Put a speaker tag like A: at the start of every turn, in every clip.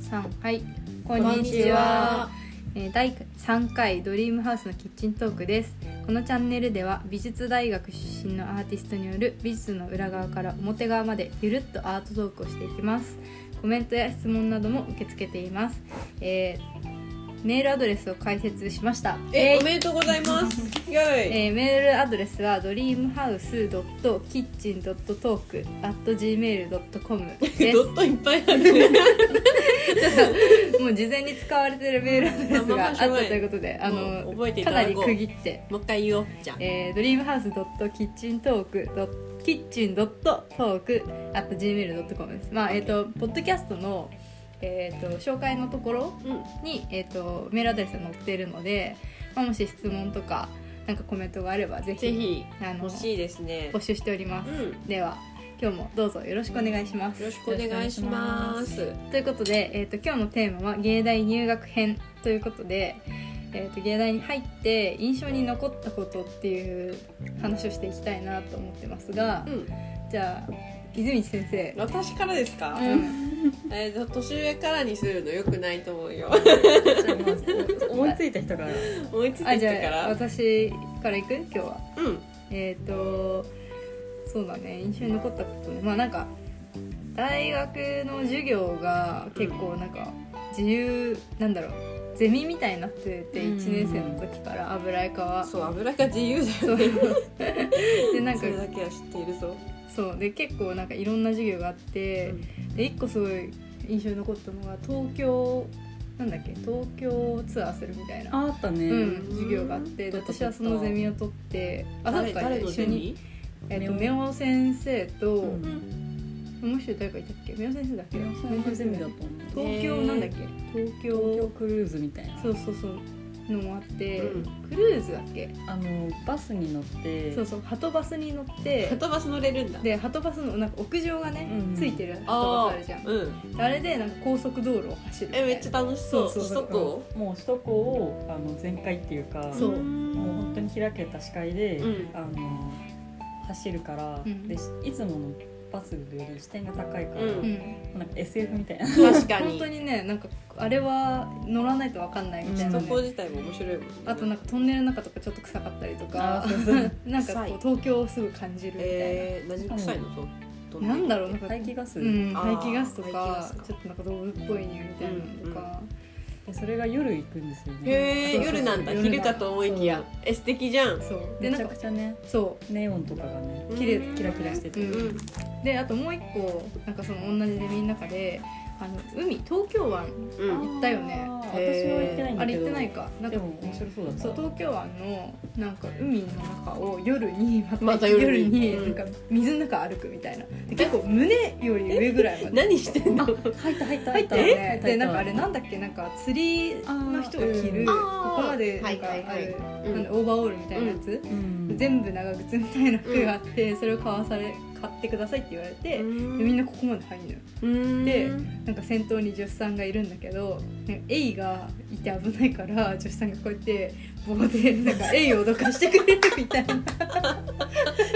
A: さんはいこんにちはえー第3回ドリームハウスのキッチントークですこのチャンネルでは美術大学出身のアーティストによる美術の裏側から表側までゆるっとアートトークをしていきますコメントや質問なども受け付けています、えーメールアドレスを開設しました
B: え
A: えー
B: おめでとうござい ますイエーイ
A: えーメールアドレスは dreamhouse.kitchen.talk.gmail.com で
B: ドットいっぱいあるね
A: す。もう事前に使われてるメールアドレスがあったということで、あ
B: もう覚えて
A: の、
B: い
A: か
B: た
A: な
B: だこ
A: り
B: う
A: 区切って、
B: もう一回言おうじゃあ
A: えー、dreamhouse.kitchen.talk.gmail.com です。まあ、えっ、と、ポッドキャストの、えっ、と、紹介のところ
B: うん
A: に、えっ、と、メールアドレスが載っているので、まあ、もし質問とか、なんかコメントがあれば、ぜひ、
B: ぜひ
A: あの
B: 欲しいですね
A: 募集しております
B: う。んよ
A: では今日もどうぞよろしくお願いします。
B: ろしくお願いします
A: ということで、えー、と今日のテーマは芸大入学編ということで、えー、と芸大に入って印象に残ったことっていう話をしていきたいなと思ってますが
B: う、ん
A: じゃあ泉地先生、
B: 私からですか、
A: うん、
B: えー、と年上からにするのよくないと思うよ
C: 思いついた人から
B: 思いつい
A: あ
B: てき
A: じ
B: たか
A: ゃあ
B: ら
A: 私から行く今日は。
B: うん
A: えっ、とそうだね印象に残ったことねまあなんか大学の授業が結構なんか自由なんだろうゼミみたいになってて
C: うん
A: 1年生の時から油絵科は
B: そう油が自由だ
A: そ
B: よ
A: う
B: ね
A: でなん
B: そ
A: か
B: れだけは知っているぞ、
A: そうで結構なんかいろんな授業があってで1個すごい印象に残ったのが東京なんだっけ東京ツアーするみたいな、
C: ああったね、
A: うん、授業があってで私はそのゼミを取ってあなん
B: 誰
A: か
B: 誰の
A: 一緒
B: ゼ
A: に、
B: ミ
A: えっとネオ先生と、
C: うん
A: もう一人誰かいたっけ宮尾先生だっけ
C: 宮尾さんのゼミだったもんね
A: 東京なんだっけ、東京
C: 東京クルーズみたいな
A: そうそうそうのもあって、
B: うん
A: クルーズだっけ
C: あのバスに乗って
A: そうそうはとバスに乗って
B: はとバス乗れるんだ
A: ではとバスのなんか屋上がね、
C: うん
A: ついてるはとバ
B: あ
A: スあるじゃ
B: あ
A: ん
B: うん
A: あれでなんか高速道路を走るみたい
B: え
A: な
B: めっちゃ楽しそう
A: そうそう
B: 首都高
C: もう首都高をあの全開っていうか
A: そう
C: もう
B: う
C: 本当に開けた視界で、
B: うん
C: あの走るから、
A: うん
C: でいつものバスより視点が高いから、
B: う
A: うん
C: なんか SF みたいな、
B: 確か
A: 本
B: に
A: 当にねなんかあれは乗らないとわかんないみたいな、ね
B: 首都高自体も面白いもんね
A: あとなんかトンネルの中とかちょっと臭かったりとか
C: あそうそう
A: なんかこ
B: 臭
A: う
B: い
A: 東京をすぐ感じるみたいな、
B: えー、何臭いのそうどんな
A: なんだろうなんか
C: 排気ガス、
A: うん、
B: あ
A: 排
B: ー
A: 気ガスと
B: 排気ガ
A: か
B: スか
A: ちょっとなんか動物っぽい匂いみたいなのとか、
C: でそれが夜行くんですよね
B: へえ
A: そうそうそう
B: 夜なんだ
A: 夜なんだ
B: 昼かと思いきやえ素敵じゃん
A: そうで
C: め
A: な
C: ち
A: ん
C: ゃ
A: か
C: くちゃね
A: そ
C: ネオンとかがね
A: う綺麗
B: うん
C: キラキラしてて、
A: うん
B: うん
A: であともう一個なんかその同じゼミの中であの海東京湾
B: うん
A: 行ったよね
C: あー私は行って
B: へー
C: ないん
A: あ
C: だ
A: れ
C: け
A: 行っ
C: ど
A: てないかなん
C: で
A: か
C: も面白そうだった
A: そう東京湾のなんか海の中を夜にまた
B: また夜に
A: なんか水の中歩くみたいなで結構胸より上ぐらいまで
B: 何してんの
C: 入った入った
A: 入ったよねでなんかあれなんんだっけなんか釣りの人が着る
C: あ
A: ここ
B: ー
A: までなんか
B: はい
A: あ
B: はい
A: る
B: はい
A: なんだオーバーオールみたいなやつ全部長靴みたいな服があってそれを買わされ買ってくださいって言われてでみんなここまで入るのよ
B: うん
A: でなんか先頭に助手さんがいるんだけどなんかエイがいて危ないから助手さんがこうやって棒でなんかエイを脅かしてくれるみたい な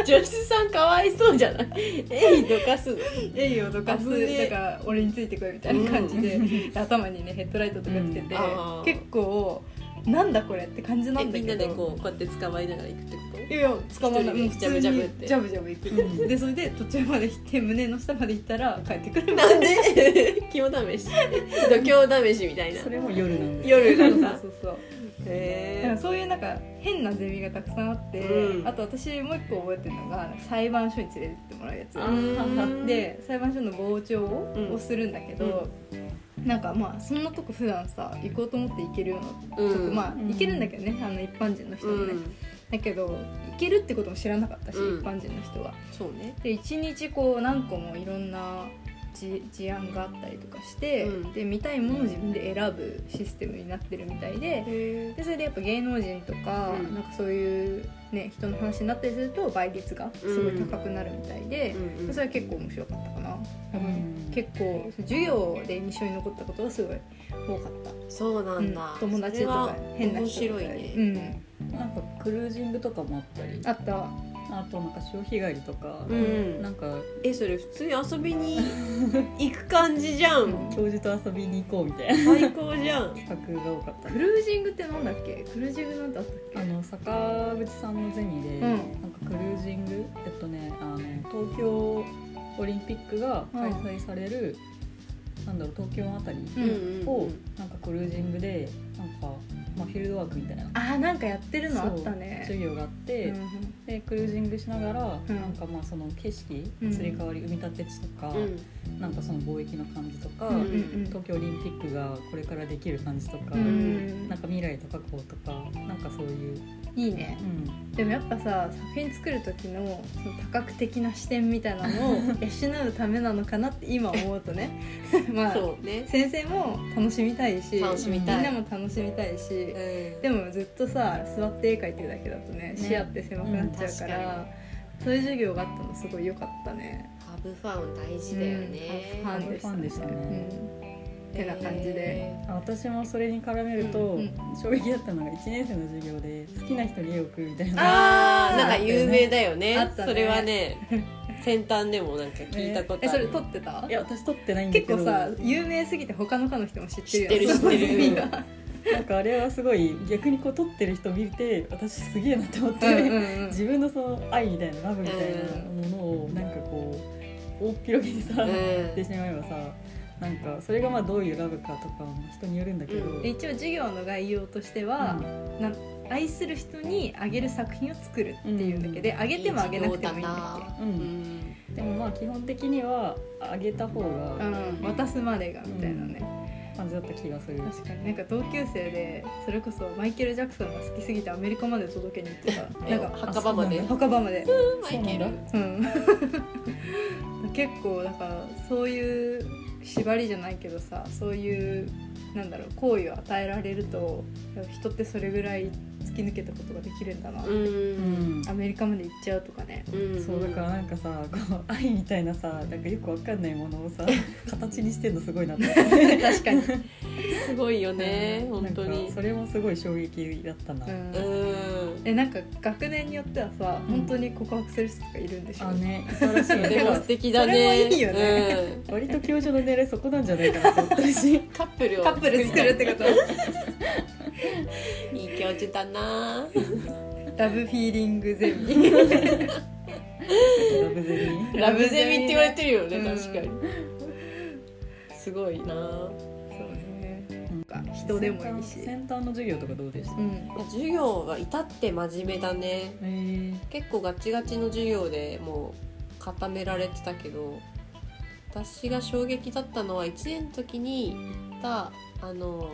B: 女子さんかわいそうじゃないえいどかすの
A: エイを脅かす
B: 危ね
A: だ
B: え
A: から俺についてこいみたいな感じで,、
C: う
A: で頭にねヘッドライトとかつけて、
B: うんあー
A: 結構なんだこれって感じな
B: え
A: んだ
B: み
A: け
B: ん
A: ど
B: なでこうこうやって捕まえながら行くってこと
A: いやいや捕まんないもう
B: 一
A: 普
B: 人で
A: 通にジ
B: ジャ
A: ャ
B: ブ
A: ブ
B: ジャブって
A: ジャブ行く、
C: うん
A: でそれで途中まで行って胸の下まで行ったら帰ってくる みたい
B: なんで 肝試し度胸試しみたいな
C: それも夜なんです
B: 夜なん
A: な
B: だ
A: そうそうそうだから
B: へ
A: そういうなんか変なゼミがたくさんあって、
B: うん
A: あと私もう一個覚えてるのが裁判所に連れてってもらうや
B: あー
A: つで裁判所の傍聴を,、
B: うん
A: するんだけど、なんかまあそんなとこ普段さ行こうと思って行けるようなとこ、
B: うん
A: まあ
C: うん
A: 行けるんだけどねあの一般人の人
B: う
A: もね、
B: ん
A: だけど行けるってことも知らなかったし、
B: うん
A: 一般人の人は。
B: そうね
A: で一日こう何個もいろんなじ事案があったりとかして、
B: うん
A: で見たいものを自分で選ぶシステムになってるみたいで。
B: へ
A: でそれでやっぱ芸能人とか,、
B: うん
A: なんかそういう、ね、人の話になったりすると倍率がすごい高くなるみたいで、
B: え
A: それは結構面白かったかな、
C: うん
A: 結構授業で印象に残ったことがすごい多かった、
B: そうなんだ
A: うん友達とか
B: それは
A: 変な
B: 面
A: 人と
B: 白
A: か
B: いね
A: うん、
C: なんかクルージングとかもあったり
A: あった
C: ああとなんか潮干狩りとか、
B: うん
C: なんか
B: えそれ普通に遊びに行く感じじゃん
C: 教授と遊びに行こうみた いな
B: 最高じゃん
C: 企画が多かった
A: クルージングってなんだっけクルージングなんてあったっけ
C: あの坂口さんのゼミで、
A: ん
C: なんかクルージングえっとねあの東京オリンピックが開催される、なんだろう東京のあたり
A: う
B: うんんうん
C: をなんかクルージングでなんか、まあ、フィールドワークみたいな
A: あーなんかやってるのあった
C: そう
A: ね
C: 授業があって、
A: うん
C: でクルージングしながら、
A: うん
C: なんかまあその景色
A: うん
C: すり替わり海立て地とか、
B: うん
C: なんかその貿易の感じとか、
A: うんうん
C: 東京オリンピックがこれからできる感じとか、
A: うんうん
C: なんか未来と過去とかなんかそういう、
A: いいね
C: うん、
A: でもやっぱさ作品作る時のその多角的な視点みたいな のを養うためなのかなって今思うとねまあ
B: そうね
A: 先生も楽しみたいし
B: 楽しみた
A: みん
B: い
A: なも楽しみたいし、
B: うん
A: でもずっとさ座って絵描いてるだけだとね視野って狭くなっちゃうから、そういう授業があったのすごい良かったね。
B: ハブファン大事だよね、
A: うん、
C: ファンでしたね
A: うんてな感じで、
C: あ私もそれに絡めると、
A: うんう
C: 衝撃だったのが1年生の授業で好きな人に絵を送るみたいな
B: あ
A: あー
B: ーなんか有名だよ
A: あ
B: ね
A: ったね
B: それ はね先端でもなんか聞いたこと
A: え
B: あ
A: それ
B: る、
A: 撮ってた
C: いや私撮ってないんだけ
A: 結
C: ど
A: 構さ有名すぎて他の科の人も知ってるよ
B: 知ってる 知ってる
A: その
C: なんかあれはすごい逆にこう撮ってる人見て私すげえなって思っ
A: 作
C: て、
A: 品がうんうんうん
C: 自分のその愛みたいなラブみたいなものをなんかこう大広げにさ、
B: うん
C: やってしまえばさなんかそれがまあどういうラブかとかも人によるんだけど、
B: うん
A: で一応授業の概要としては、愛する人にあげる作品を作るっていうだけで、あげてもあげなくてもいいんだっ
C: う
B: うんん
C: でもまあ基本的にはあげた方
A: け、う
C: が
A: ん、渡すまでがみたいなね、
C: 感じだった気がする、
A: 確かになんか同級生でそれこそマイケル・ジャクソンが好きすぎてアメリカまで届けに行ってた
B: え
A: なんか
B: 墓場まで
C: あ
A: 墓場まで、
B: マイケル
C: そうなん
A: うん 結構だからそういう縛りじゃないけどさそういうなんだろう好意を与えられると人ってそれぐらい突き抜けたことができるんだな、
B: うん
C: うん
A: アメリカまで行っちゃうとかね
B: うん
C: そうだからなんかさこう愛みたいなさなんかよくわかんないものをさ形にしてんのすごいなと思って
A: 確かに、
B: すごいよね本当
C: なん
B: に
C: かそれもすごい衝撃だったな、
A: うん
B: うん
A: えなんか学年によってはさ、
C: うん
A: 本当に告白する人がいるんでしょ
C: あね素晴らしい
B: で
C: で
B: も
C: も
B: 素敵だね
A: それもいいよね
B: うん
C: 割と教授の狙いそこなんじゃないかなと思ったし
B: カップルを
A: カップル作るってこと
B: いい教授だな
A: ラブフィーリングゼミ
C: ラブゼ ミ
B: ラブゼミって言われてるよね、
A: うん
B: 確かにすごいな
A: そうね
C: なんか
A: 人でもいいし
C: 先端先端の授業とかどうでした、
A: う
C: へ
A: ん
B: 授業は至って真面目だね
C: え
B: 結構ガチガチの授業でもう固められてたけど私が衝撃だったのは1年の時に行ったあの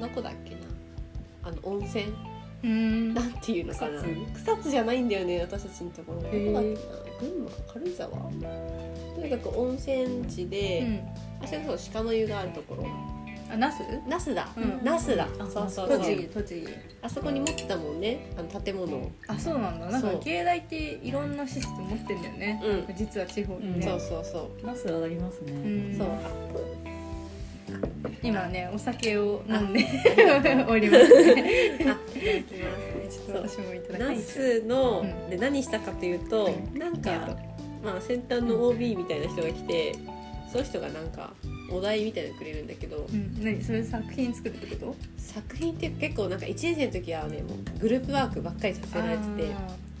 B: どこだっけなあの温泉
A: うん
B: なんていうのかな
C: 草津
B: 草津じゃないんだよね私たちのところどこだっけ
C: へ
B: な
C: ー
B: 群馬軽井沢とにかく温泉地
A: う
B: で、
A: ん
B: あそれこそ鹿の湯があるところ
A: あナス
B: 那須だ、
A: うん
B: 那須だ
C: あ
B: そうそうそ
A: 栃木
B: う
A: 栃木
B: あそこに持ってたもんねあの建物を、
A: あそうなんだなんか
B: そう
A: 芸大っていろんなシステム持ってんだよね、
B: うん
A: 実は地方に
C: うん
A: ね、
B: そうそうそ
C: ナス上がりますね、
A: うん
B: うそう
A: 今ねお酒を飲んでおりますね
B: あいただきます
A: ちょっと私もいただき
B: ナ
A: ます
B: スの、
A: うん
B: で何したかというと、
A: う
B: なん
A: ありがと
B: か、まあ、先端の OB みたいな人が来て、その人がなんかお題みたいなのくれるんだけど、
A: うん、何それ作品作るってこと
B: 作品って結構なんか1年生の時はねもうグループワークばっかりさせられて
A: あ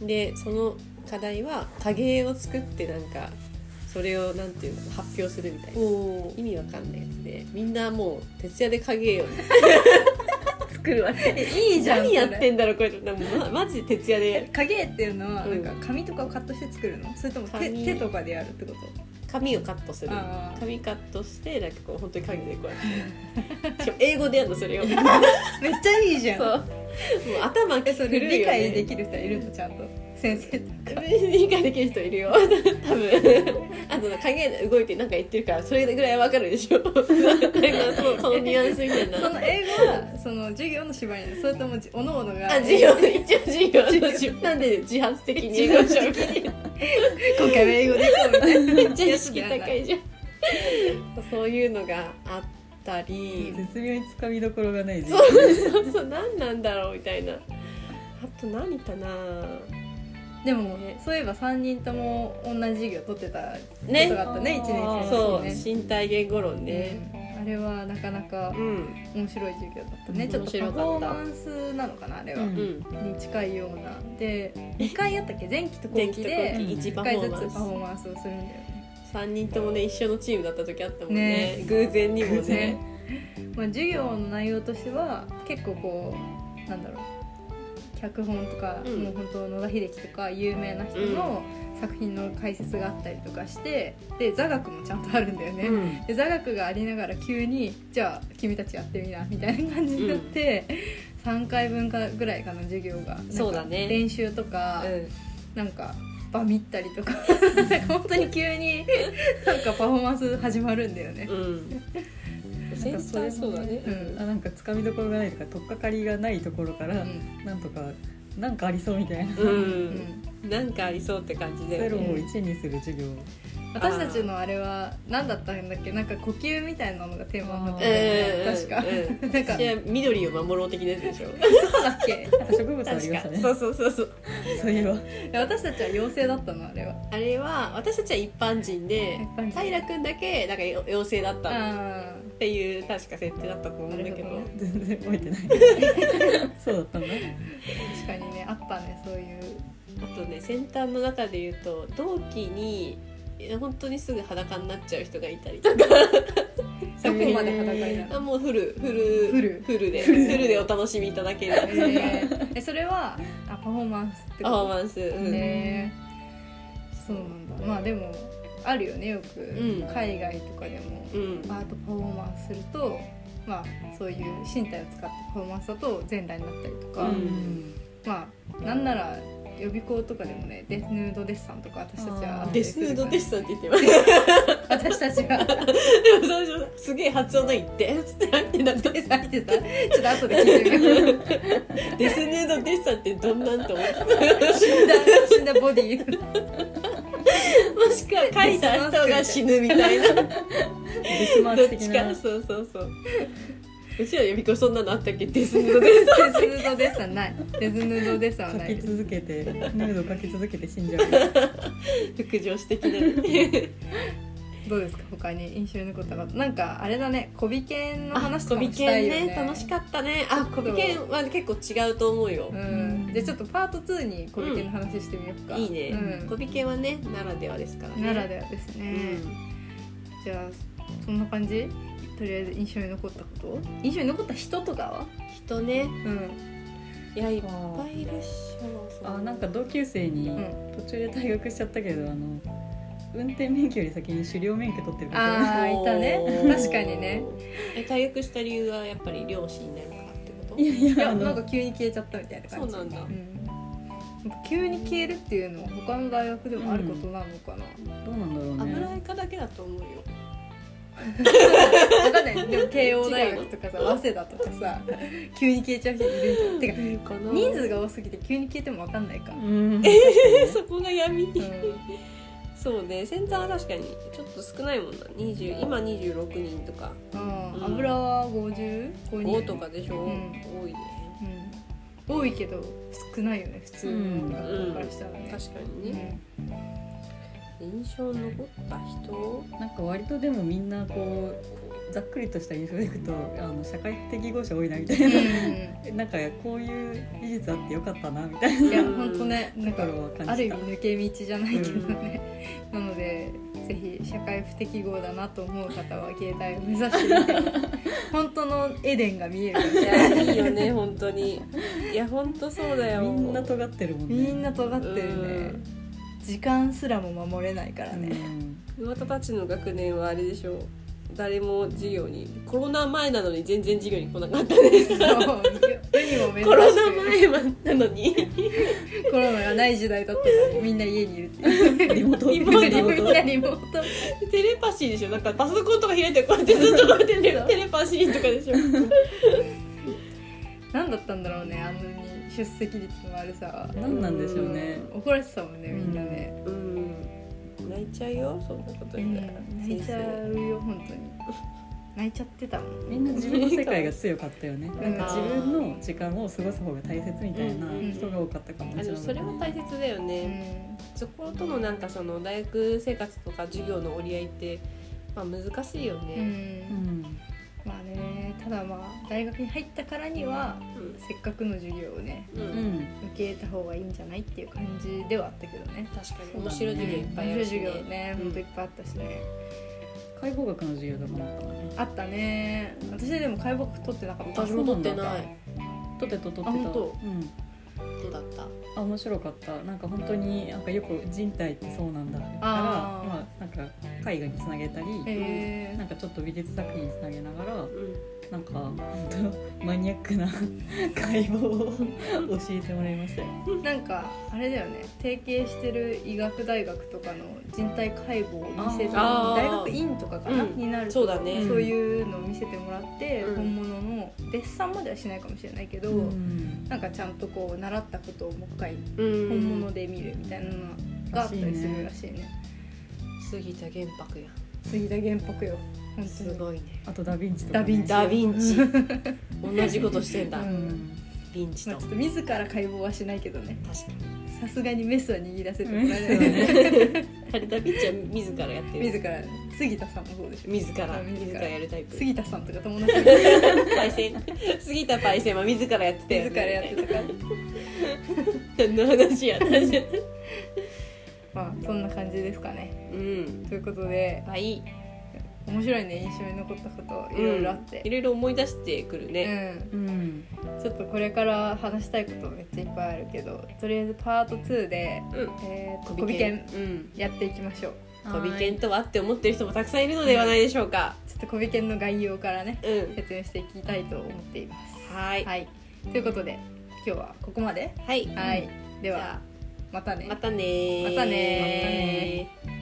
B: てでその課題は影絵を作ってなんかそれをなんていうの発表するみたい
A: ー
B: な
A: おー
B: 意味わかんないやつでみんなもう徹夜で影絵を作るわけ
A: いいじゃん
B: 何やっ
A: それ
B: てんだろうこれでもまマジで徹夜で
A: 影絵っていうのはな
B: うんん
A: か紙とかをカットして作るのそれとも手
B: 紙
A: 手とかでやるってこと
B: 髪をカットする
A: あー
B: 髪カットしてなんかこう本当に影でこうやってしかも英語でやるのそれをそう
A: めっちゃいいじゃ
B: も
A: ん
B: う頭
A: え
B: き
A: そ
B: く
A: れ
B: る
A: 理
B: よ
A: 解で
B: ね
A: きる人いるのちゃんと先生とか
B: 理解できる人いるよ 多分あと影で動いてなんか言ってるからそれぐらいわかるでしょなんかそうそのニュアンスみたい
A: そ
B: な
A: の英語はその授業の縛りなのそれともじおのおのが
B: あ授業一応授業の授業なんで自発的に
A: 自発
B: 授業紹介
A: 今回は英語でいこうみた いな
B: めっちゃ意識高いじゃんそういうのがあったり
C: 絶妙につかみどころがないです
B: そうそうそう何なんだろうみたいなあと何かな
A: でもねそういえば3人とも同じ授業取ってたこと
B: ね
A: があったね
C: あー
A: 一年生
B: そう
A: の時
B: 身体言語論ね
A: ね、うんあれはなかなか
B: うん
A: 面白い授業だったね
C: うん
A: ちょっとパフォ
B: 面白
A: ー
B: かった
A: マンスなのかなあれは、
B: う
C: う
B: んん
A: に近いような で2回やったっけ前期と後
B: 前
A: 期
B: 期と
A: で
B: 後期一
A: 1
B: パフ
A: 回
B: ォ
A: ず
B: ー
A: つパ
B: マ
A: フ
B: ンス
A: ォーマンスをするんだよね、
B: 三人ともね一緒のチームだった時あったもんね
A: ね
B: 偶然にもね
A: まあ、授業の内容としては結構こうなんだろう脚本とか、
B: うん
A: もう本当野田秀樹とか有名な人の作品の解説があったりとかしてで座学もちゃんとあるんだよね、
C: ん
A: で座学がありながら急に「じゃあ君たちやってみな」みたいな感じになって、3回分かぐらいかの授業がなんか
B: そうだね
A: 練習とか、なんかバミったりとかなんか本当に急になんかパフォーマンス始まるんだよね
B: う。んうん
C: なんかそれそうだね
A: う、
C: あ
A: ん
C: なんかつかみどころがないとか取っかかりがないところから、なんとかなんかありそうみたいな
B: う
A: うんん
B: なんかありそうって感じだ
C: ゼロ
B: よね
C: を1にする授業
A: 私たちのあれは何だったんだっけなんか呼吸みたいなのがテーマになっ
B: う
A: て
B: ん
A: た
C: あ
A: よね確か
B: うんう ん
A: なんか
B: 私は緑を守ろう的なやつでしょ
A: そうだっけ
C: なんか植物ありましたね
B: そうそうそうそう
C: そういえば
A: いや私たちは妖精だったのあれは
B: あれは私たちは一般人で
A: 一般人
B: 平君だけなんかよ妖精だったっ
A: あ
B: ていう確か設定だったと思うんだけ
A: なるほど
B: ど
A: ね
C: 全然覚えてない そうだったんだ
A: ー確かにねあったねそう いう
B: あとね先端の中で言うと同期にえ本当にすぐ裸になっちゃう人がいたりとか
A: どこまで裸になる
B: あもうフルフル
A: フル
B: フルでフルでお楽しみいただける
A: えーえそれはあパフォーマンスって
B: パフォー
A: こ
B: マンス、う
A: と
B: ん
A: ねそうなんだまあでもあるよねよく、
B: ん
A: 海外とかでも
B: うん
A: アートパフォーマンスするとまあそういう身体を使ったパフォーマンスだと全裸になったりとか、
B: うん
A: まあなんなら予備校とかでもねデスヌードデッサンとか私たちはあった
B: デ
A: り
B: ス
A: す
B: ヌ
A: る
B: ー
A: から
B: ドデッサンって言ってます
A: 私たちが
B: でも最初すげえ発音がいってつってなってなって
A: デッサンってたちょっと後で聞いてみよう
B: デスヌードデッサンってどんなんと思って
A: 死んだ死んだボディ
B: もしくは書いた人が死ぬみたいなどっ
C: デスマーク的
B: ち
C: な
B: かそうそうそううちら予備校そんなのあったっけデスヌードデッサン
A: デスヌードデッサンないデスヌードデッサンは
C: 書
A: ない
C: き
A: です
C: 続けてヌード書き続けて死んじゃう
B: 副上司的なね
A: どうですか他に印象に残ったことなんかあれだねコビケンの話と
B: コ
A: か
B: ビ
A: もした
B: ケ
A: い
B: ン
A: よね
B: ね楽しかったねあコビケンは結構違うと思うよ
A: う、んでちょっとパート2にコビケンの話してみようか、
B: いいね、コ
A: う
B: ビケンはねならではですから
A: ん、
B: ね
A: ならではですね、じゃあそんな感じとりあえず印象に残ったこと印象に残った人とかは
B: うん、人ね
A: うん
B: いやいっぱいいるっしょ
C: あなんか同級生に
A: ん
C: 途中で退学しちゃったけどあの運転免許より先に狩猟免許取ってるから
A: あ ーいたね
B: おー
A: 確かにね
B: え退学した理由はやっぱり両親になるからってこと
C: いやい
A: い
C: や
A: や
C: あ
A: なん
C: の
A: か急に消えちゃったみたいな
B: そ
A: 感
B: う
A: じ
B: なんだ、
A: うんやっぱ急に消えるっていうのは他の大学でもあることなのかな、
C: どうなんだろう
B: 油
C: ね
B: 絵科だけだと思うよ
A: 分かん ないでも慶応大学とかさ早稲田とかさ急に消えちゃう人いるじゃんてか人数が多すぎて急に消えても分かんないか、
C: うん
B: えそこが闇、
A: うん
B: そうねセンターは確かにちょっと少ないもんな20今26人とか
A: うん、油は50 5
B: 5とかでしょ、
A: うん
B: 多いね
A: うん、多いけど少ないよね普通の学校からしたらね、
B: 確かにね、印象に残った人
C: なんか割とでもみんなこうざっくりとした印象でいくとあの社会的義語者多いなみたいな
A: う
C: なんかこういう技術あってよかったなみたい
A: ん、いや本当ねな
C: なん
A: か
C: ところは感じた
A: ある意味抜け道じゃないけどね、なのでぜひ社会不適合だなと思う方は携帯を目指してみて本当のエデンが見える
B: いやいいよね本当にいや本当そうだ
C: な
B: よ
C: みんな尖ってるもんね
A: みんな尖ってるね、
B: うん
A: 時間すらも守れないからね、
C: うん
B: 沼田たちの学年はあれでしょう誰も授業にコロナ前なのに全然授業に来なかったね
A: そう世にも珍しく
B: コロナ前はなのに
A: コロナがない時代だったのにみんな家にいるっていう
C: リモート
B: リモ
A: みんな
B: ー
A: リ
B: ト
A: モート
B: テレパシーでしょなんかパソコンとか開いてこうやってずっとこうやってねテレパシーとかで しょ
A: 何だったんだろうねあんなに出席率のあるさ
C: 何なんでしょうね
A: 怒られてたもんねみんなね、
B: うん泣いちゃうよそんなこと
A: う
B: 言
A: ん
B: ったら、
A: 泣いちゃうよ本当に泣いちゃってたもん
C: みんな自分の世界が強かったよねなんか自分の時間を過ごす方が大切みたいな人が多かったかもし
B: あ
C: れ
B: の
C: ない
B: それは大切だよ
A: う
B: ね、
A: ん
B: そことのなんかその大学生活とか授業の折り合いって、まあ、難しいよ
A: う
B: ね、
C: うんん
A: まあねただまあ大学に入ったからには
B: う
A: せっかくの授業をね
B: んうん
C: うん
A: 受け入れた方がいいんじゃないっていう感じではあったけどね
B: 確か
C: うだ
B: に
C: ね
B: 面白い授業いっぱいあるし、
A: 面白い授業ね
B: うん
A: ほんといっぱいあったしね、
C: 解剖学の授業でもらったのね
A: あったね私でも解剖取ってなかった
C: あ
B: 私も取ってない
C: とてととって
A: あ
C: た
A: 本当
C: うん
B: どうだった
C: あ面白かったなんか本当になんかよく人体ってそうなんだから
A: あー
C: まあ、なんか絵画につなげたり、
A: へ
C: なんかちょっと美術作品につなげながら
B: うん
C: なんか本当マニアックな解剖を教えてもらいましたよ
A: ーなんかあれだよね提携してる医学大学とかの人体解剖を見せて
B: あー
A: 大学院とかかな、
B: うん
A: になると
B: そうだね
A: そういうのを見せてもらって、
B: うん
A: 本物のデッサンまではしないかもしれないけど、
C: うん
A: なんかちゃんとこう習ったことをもう一回
B: うん
A: 本物で見るみたいなのがあったりするらしいね
B: 杉田玄白や
A: 杉田玄白よ本当
B: す
A: に
B: ごいね
C: あとダ・ヴィンチとか、ね、
A: ダヴィンチ
B: ダ・ヴィンチ 同じことしてんだ、
A: う
C: う
B: ヴ
C: ん
B: ィンチ
A: まあ、
B: と
A: ちょっ
B: 確
A: と自ら解剖はしないけどね
B: かに
A: さすがにメスは握らせてもらえない
C: そうね
B: あれダ・ヴィンチは自らやってる
A: 自ら杉田さんもそうでしょ
B: 自ら
A: あ
B: 自らやるタイプ
A: 杉田さんとか友達が
B: パイセン 杉田パイセンは 自らやってたよ、ね、
A: 自らやってたから
B: 何の話や私
A: まあそんな感じですかね
B: うん
A: ということで
B: はい
A: 面白いね印象に残ったこといろいろあっ
B: うんい
A: て、
B: ろいろ思い出してくる
A: う
B: ね、
A: ん
C: うん
A: ちょっとこれから話したいことめっちゃいっぱいあるけどとりあえずパート2で、
B: うん
A: えー、と
B: コ
A: コ
B: ビ
A: ビ
B: ケ
A: ケ
B: ン
A: ン
B: うん
A: やっていきましょう
B: コビケンとはって思ってる人もたくさんいるのではないでしょうか
A: ちょっとコビケンの概要からね
B: うん、
A: 説明していきたいと思っています
B: はい
A: はいということで今日はここまで
B: はい、
A: はいで
B: で
A: は
B: は
A: またね
B: またねー
A: またねー
B: またねー